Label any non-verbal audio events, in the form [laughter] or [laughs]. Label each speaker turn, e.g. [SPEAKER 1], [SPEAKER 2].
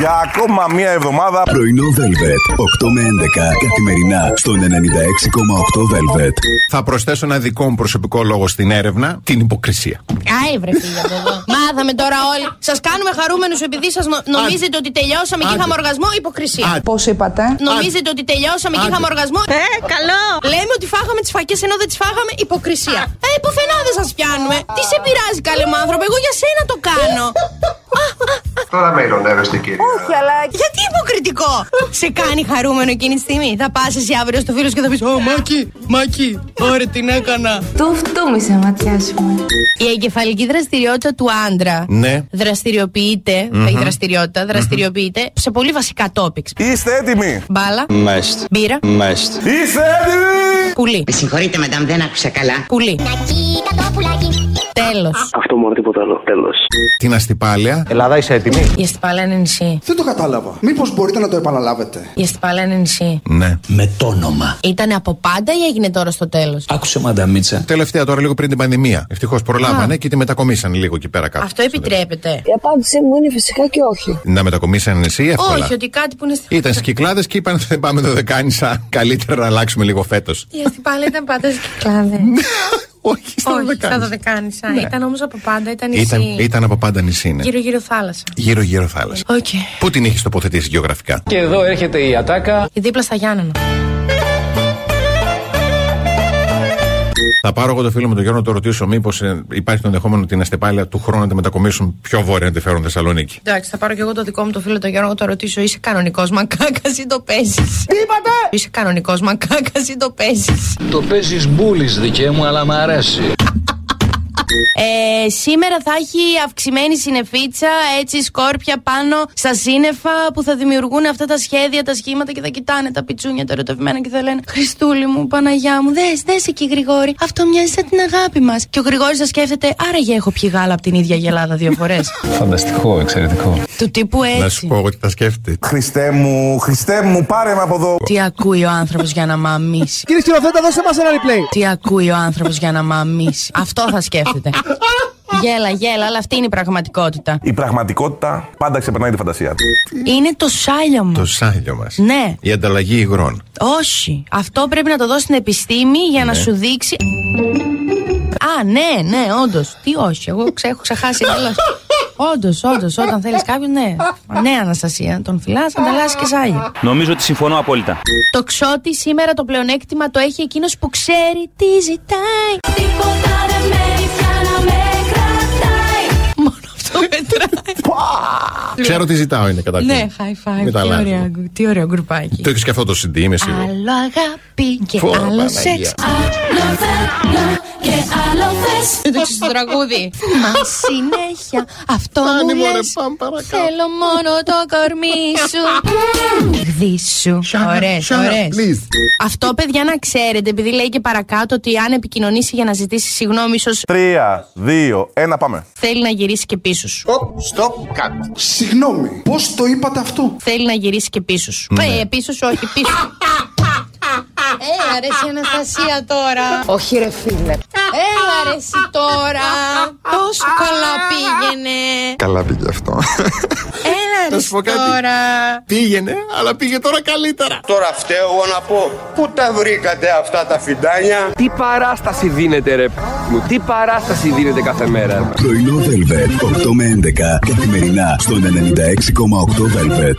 [SPEAKER 1] για ακόμα μία εβδομάδα.
[SPEAKER 2] Πρωινό Velvet. 8 με 11 καθημερινά στον 96,8 Velvet.
[SPEAKER 3] Θα προσθέσω ένα δικό μου προσωπικό λόγο στην έρευνα, την υποκρισία.
[SPEAKER 4] Άι, βρε φίλε από εδώ. [laughs] Μάθαμε τώρα όλοι. Σας κάνουμε χαρούμενους επειδή σας νομίζετε ότι τελειώσαμε και
[SPEAKER 3] Άντε.
[SPEAKER 4] είχαμε οργασμό. Υποκρισία.
[SPEAKER 3] Άντε.
[SPEAKER 5] Πώς είπατε?
[SPEAKER 4] Νομίζετε ότι τελειώσαμε και
[SPEAKER 3] Άντε.
[SPEAKER 4] είχαμε οργασμό. Ε, καλό! Λέμε ότι φάγαμε τις φακές ενώ δεν τις φάγαμε. Υποκρισία. Ε, πουθενά δεν σας πιάνουμε. Τι σε πειράζει, καλέ μου άνθρωπο. Εγώ για σένα το κάνω.
[SPEAKER 6] Τώρα με ειρωνεύεστε κύριε.
[SPEAKER 5] Όχι, αλλά
[SPEAKER 4] Γιατί υποκριτικό! σε κάνει χαρούμενο εκείνη τη στιγμή. Θα πας εσύ αύριο στο φίλο και θα πεις Ω, Μάκη, Μάκη, ωραία την έκανα.
[SPEAKER 7] Του φτούμισε ματιά σου.
[SPEAKER 4] Η εγκεφαλική δραστηριότητα του άντρα
[SPEAKER 3] Ναι.
[SPEAKER 4] δραστηριοποιείται, η δραστηριότητα δραστηριοποιείται σε πολύ βασικά topics.
[SPEAKER 1] Είστε έτοιμοι!
[SPEAKER 4] Μπάλα,
[SPEAKER 8] Μεστ.
[SPEAKER 4] μπύρα,
[SPEAKER 8] Μεστ.
[SPEAKER 1] Είστε έτοιμοι!
[SPEAKER 4] πουλί,
[SPEAKER 9] Με συγχωρείτε, μαντάμ, δεν άκουσα καλά.
[SPEAKER 4] πουλί. Τέλος.
[SPEAKER 10] Αυτό μόνο τίποτα άλλο. Τέλος.
[SPEAKER 3] Την αστυπάλεια.
[SPEAKER 8] Ελλάδα είσαι έτοιμη.
[SPEAKER 4] Η Αστυπάλα είναι νησί.
[SPEAKER 10] Δεν το κατάλαβα. Μήπως μπορείτε να το επαναλάβετε.
[SPEAKER 4] Η Αστυπάλα είναι νησί.
[SPEAKER 3] Ναι.
[SPEAKER 2] Με το όνομα.
[SPEAKER 4] Ήταν από πάντα ή έγινε τώρα στο τέλος.
[SPEAKER 2] Άκουσε μανταμίτσα.
[SPEAKER 3] Τελευταία τώρα, λίγο πριν την πανδημία. Ευτυχώς προλάβανε και τη μετακομίσαν λίγο εκεί πέρα κάτω.
[SPEAKER 4] Αυτό επιτρέπεται.
[SPEAKER 5] η απάντησή μου είναι φυσικά και όχι.
[SPEAKER 3] Να μετακομίσαν εσύ εύκολα.
[SPEAKER 4] Όχι, ότι κάτι που είναι στη.
[SPEAKER 3] Ήταν στι κυκλάδε και είπαν δεν πάμε το δεκάνησα. Καλύτερα να αλλάξουμε λίγο φέτος.
[SPEAKER 4] Η Αστυπάλα ήταν πάντα στι κυκλάδε.
[SPEAKER 3] Όχι, Ε, στα
[SPEAKER 4] Όχι, στα
[SPEAKER 3] δεκάνησα.
[SPEAKER 4] δωδεκάνησα. Ήταν όμως από πάντα, ήταν
[SPEAKER 3] Ήταν,
[SPEAKER 4] νησί.
[SPEAKER 3] ήταν από πάντα νησί, ναι.
[SPEAKER 4] Γύρω-γύρω θάλασσα.
[SPEAKER 3] Γύρω-γύρω θάλασσα.
[SPEAKER 4] Οκ.
[SPEAKER 3] Πού την έχεις τοποθετήσει γεωγραφικά.
[SPEAKER 8] Και εδώ έρχεται η ατάκα.
[SPEAKER 4] Δίπλα στα Γιάννενα.
[SPEAKER 3] Θα πάρω εγώ το φίλο μου τον Γιώργο να το ρωτήσω μήπως υπάρχει το ενδεχόμενο την αστεπάλεια του χρόνου να τη μετακομίσουν πιο βόρεια να τη φέρουν Θεσσαλονίκη.
[SPEAKER 4] Εντάξει, θα πάρω και εγώ το δικό μου το φίλο τον Γιώργο, το ρωτήσω. Είσαι κανονικός μακάκα ή το παίζεις. Τι Είσαι κανονικός μακάκα ή το παίζεις.
[SPEAKER 8] Το παίζεις μπουλή δικέ μου, αλλά μ' αρέσει.
[SPEAKER 4] Ε, σήμερα θα έχει αυξημένη συνεφίτσα, έτσι σκόρπια πάνω στα σύννεφα που θα δημιουργούν αυτά τα σχέδια, τα σχήματα και θα κοιτάνε τα πιτσούνια τα ερωτευμένα και θα λένε Χριστούλη μου, Παναγιά μου, δες, δες εκεί Γρηγόρη. Αυτό μοιάζει σαν την αγάπη μας. Και ο Γρηγόρης θα σκέφτεται, άραγε έχω πιει γάλα από την ίδια γελάδα δύο φορές.
[SPEAKER 8] Φανταστικό, εξαιρετικό.
[SPEAKER 4] Του τύπου ε, έτσι.
[SPEAKER 3] Να σου πω ότι τα σκέφτεται.
[SPEAKER 1] Χριστέ μου, Χριστέ μου, πάρε με από εδώ.
[SPEAKER 4] Τι ακούει ο άνθρωπος για να μαμίσει.
[SPEAKER 10] Κύριε σκηνοθέτα, δώσε μας ένα replay.
[SPEAKER 4] Τι ακούει ο άνθρωπος για να μαμίσει. Αυτό θα σκέφτεται. Γέλα, γέλα, αλλά αυτή είναι η πραγματικότητα.
[SPEAKER 1] Η πραγματικότητα πάντα ξεπερνάει τη φαντασία.
[SPEAKER 4] Είναι το σάλιο μου.
[SPEAKER 3] Το σάλιο μας.
[SPEAKER 4] Ναι,
[SPEAKER 3] Η ανταλλαγή υγρών.
[SPEAKER 4] όχι. Αυτό πρέπει να το δώσει στην επιστήμη για να σου δείξει. Α, ναι, ναι, όντως. Τι όχι, εγώ ξε- έχω ξεχάσει εντελώ. Όντως, όντως, όταν θέλεις κάποιον, ναι. Ναι, Αναστασία, τον φυλάς, ανταλλάσσει και σάλιο.
[SPEAKER 8] Νομίζω ότι συμφωνώ απόλυτα.
[SPEAKER 4] Το ξότι σήμερα το πλεονέκτημα το έχει εκείνος που ξέρει τι ζητάει.
[SPEAKER 7] Τίποτα δεν μένει πια να με κρατάει.
[SPEAKER 4] Μόνο αυτό μετράει.
[SPEAKER 3] Ξέρω τι ζητάω είναι καταρχήν.
[SPEAKER 4] ναι, high five.
[SPEAKER 3] Μην τα
[SPEAKER 4] Τι
[SPEAKER 3] αλλάζουμε.
[SPEAKER 4] ωραίο, γκου- τι ωραίο γκρουπάκι.
[SPEAKER 3] Το έχεις και αυτό το CD, είμαι σίγουρο.
[SPEAKER 4] Άλλο αγάπη και
[SPEAKER 3] Πω,
[SPEAKER 4] άλλο
[SPEAKER 3] Παναγία.
[SPEAKER 4] σεξ.
[SPEAKER 7] Άλλο θέλω και άλλο θες.
[SPEAKER 4] Το στο τραγούδι. Μα συνέχεια αυτό μου
[SPEAKER 3] μωρέ,
[SPEAKER 4] λες
[SPEAKER 3] πάμε παρακάτω.
[SPEAKER 4] Θέλω μόνο το κορμί σου. Γδί σου.
[SPEAKER 3] Shut up,
[SPEAKER 4] Ωραίες,
[SPEAKER 3] shut up,
[SPEAKER 4] ωραίες.
[SPEAKER 3] please.
[SPEAKER 4] Αυτό παιδιά να ξέρετε, επειδή λέει και παρακάτω ότι αν επικοινωνήσει για να ζητήσει συγγνώμη, ίσως
[SPEAKER 1] Τρία, δύο, ένα, πάμε.
[SPEAKER 4] θέλει να γυρίσει και πίσω σου.
[SPEAKER 10] Συγγνώμη, πώς το είπατε αυτό.
[SPEAKER 4] Θέλει να γυρίσει και πίσω σου. Ε, πίσω σου, όχι, πίσω. Έλα ρε εσύ Ε, Αναστασία τώρα
[SPEAKER 5] Όχι, ρε φίλε.
[SPEAKER 4] Έλα ρε εσύ τώρα Τόσο καλά πήγαινε
[SPEAKER 3] Καλά πήγε αυτό.
[SPEAKER 4] Έλα
[SPEAKER 3] Να
[SPEAKER 4] ρε
[SPEAKER 3] σου
[SPEAKER 4] εσύ
[SPEAKER 3] πω κάτι.
[SPEAKER 4] τώρα
[SPEAKER 3] Πήγαινε, αλλά πήγε τώρα καλύτερα.
[SPEAKER 6] Τώρα φταίω εγώ να πω. Πού τα βρήκατε αυτά τα φιντάνια.
[SPEAKER 8] Τι παράσταση δίνεται, ρε μου. Τι παράσταση δίνεται κάθε μέρα.
[SPEAKER 2] Πρωινό Velvet. 8 με 11 καθημερινά στον 96,8 Velvet.